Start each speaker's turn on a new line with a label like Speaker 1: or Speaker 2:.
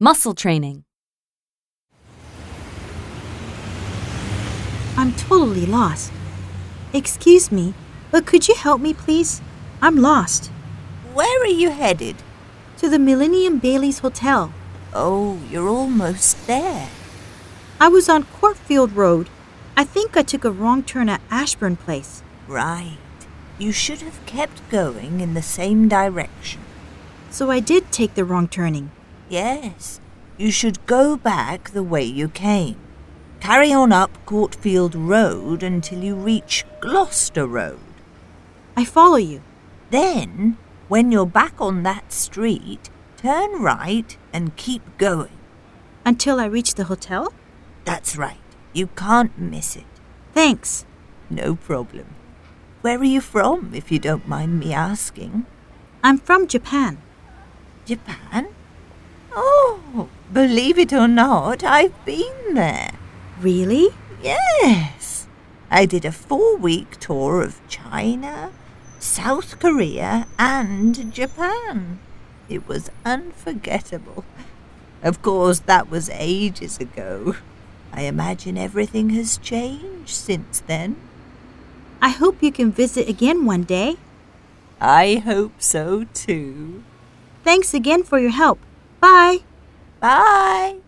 Speaker 1: Muscle training.
Speaker 2: I'm totally lost. Excuse me, but could you help me, please? I'm lost.
Speaker 3: Where are you headed?
Speaker 2: To the Millennium Bailey's Hotel.
Speaker 3: Oh, you're almost there.
Speaker 2: I was on Courtfield Road. I think I took a wrong turn at Ashburn Place.
Speaker 3: Right. You should have kept going in the same direction.
Speaker 2: So I did take the wrong turning.
Speaker 3: Yes, you should go back the way you came. Carry on up Courtfield Road until you reach Gloucester Road.
Speaker 2: I follow you.
Speaker 3: Then, when you're back on that street, turn right and keep going.
Speaker 2: Until I reach the hotel?
Speaker 3: That's right. You can't miss it.
Speaker 2: Thanks.
Speaker 3: No problem. Where are you from, if you don't mind me asking?
Speaker 2: I'm from Japan.
Speaker 3: Japan? Oh, believe it or not, I've been there.
Speaker 2: Really?
Speaker 3: Yes. I did a four week tour of China, South Korea, and Japan. It was unforgettable. Of course, that was ages ago. I imagine everything has changed since then.
Speaker 2: I hope you can visit again one day.
Speaker 3: I hope so too.
Speaker 2: Thanks again for your help. Bye.
Speaker 3: Bye.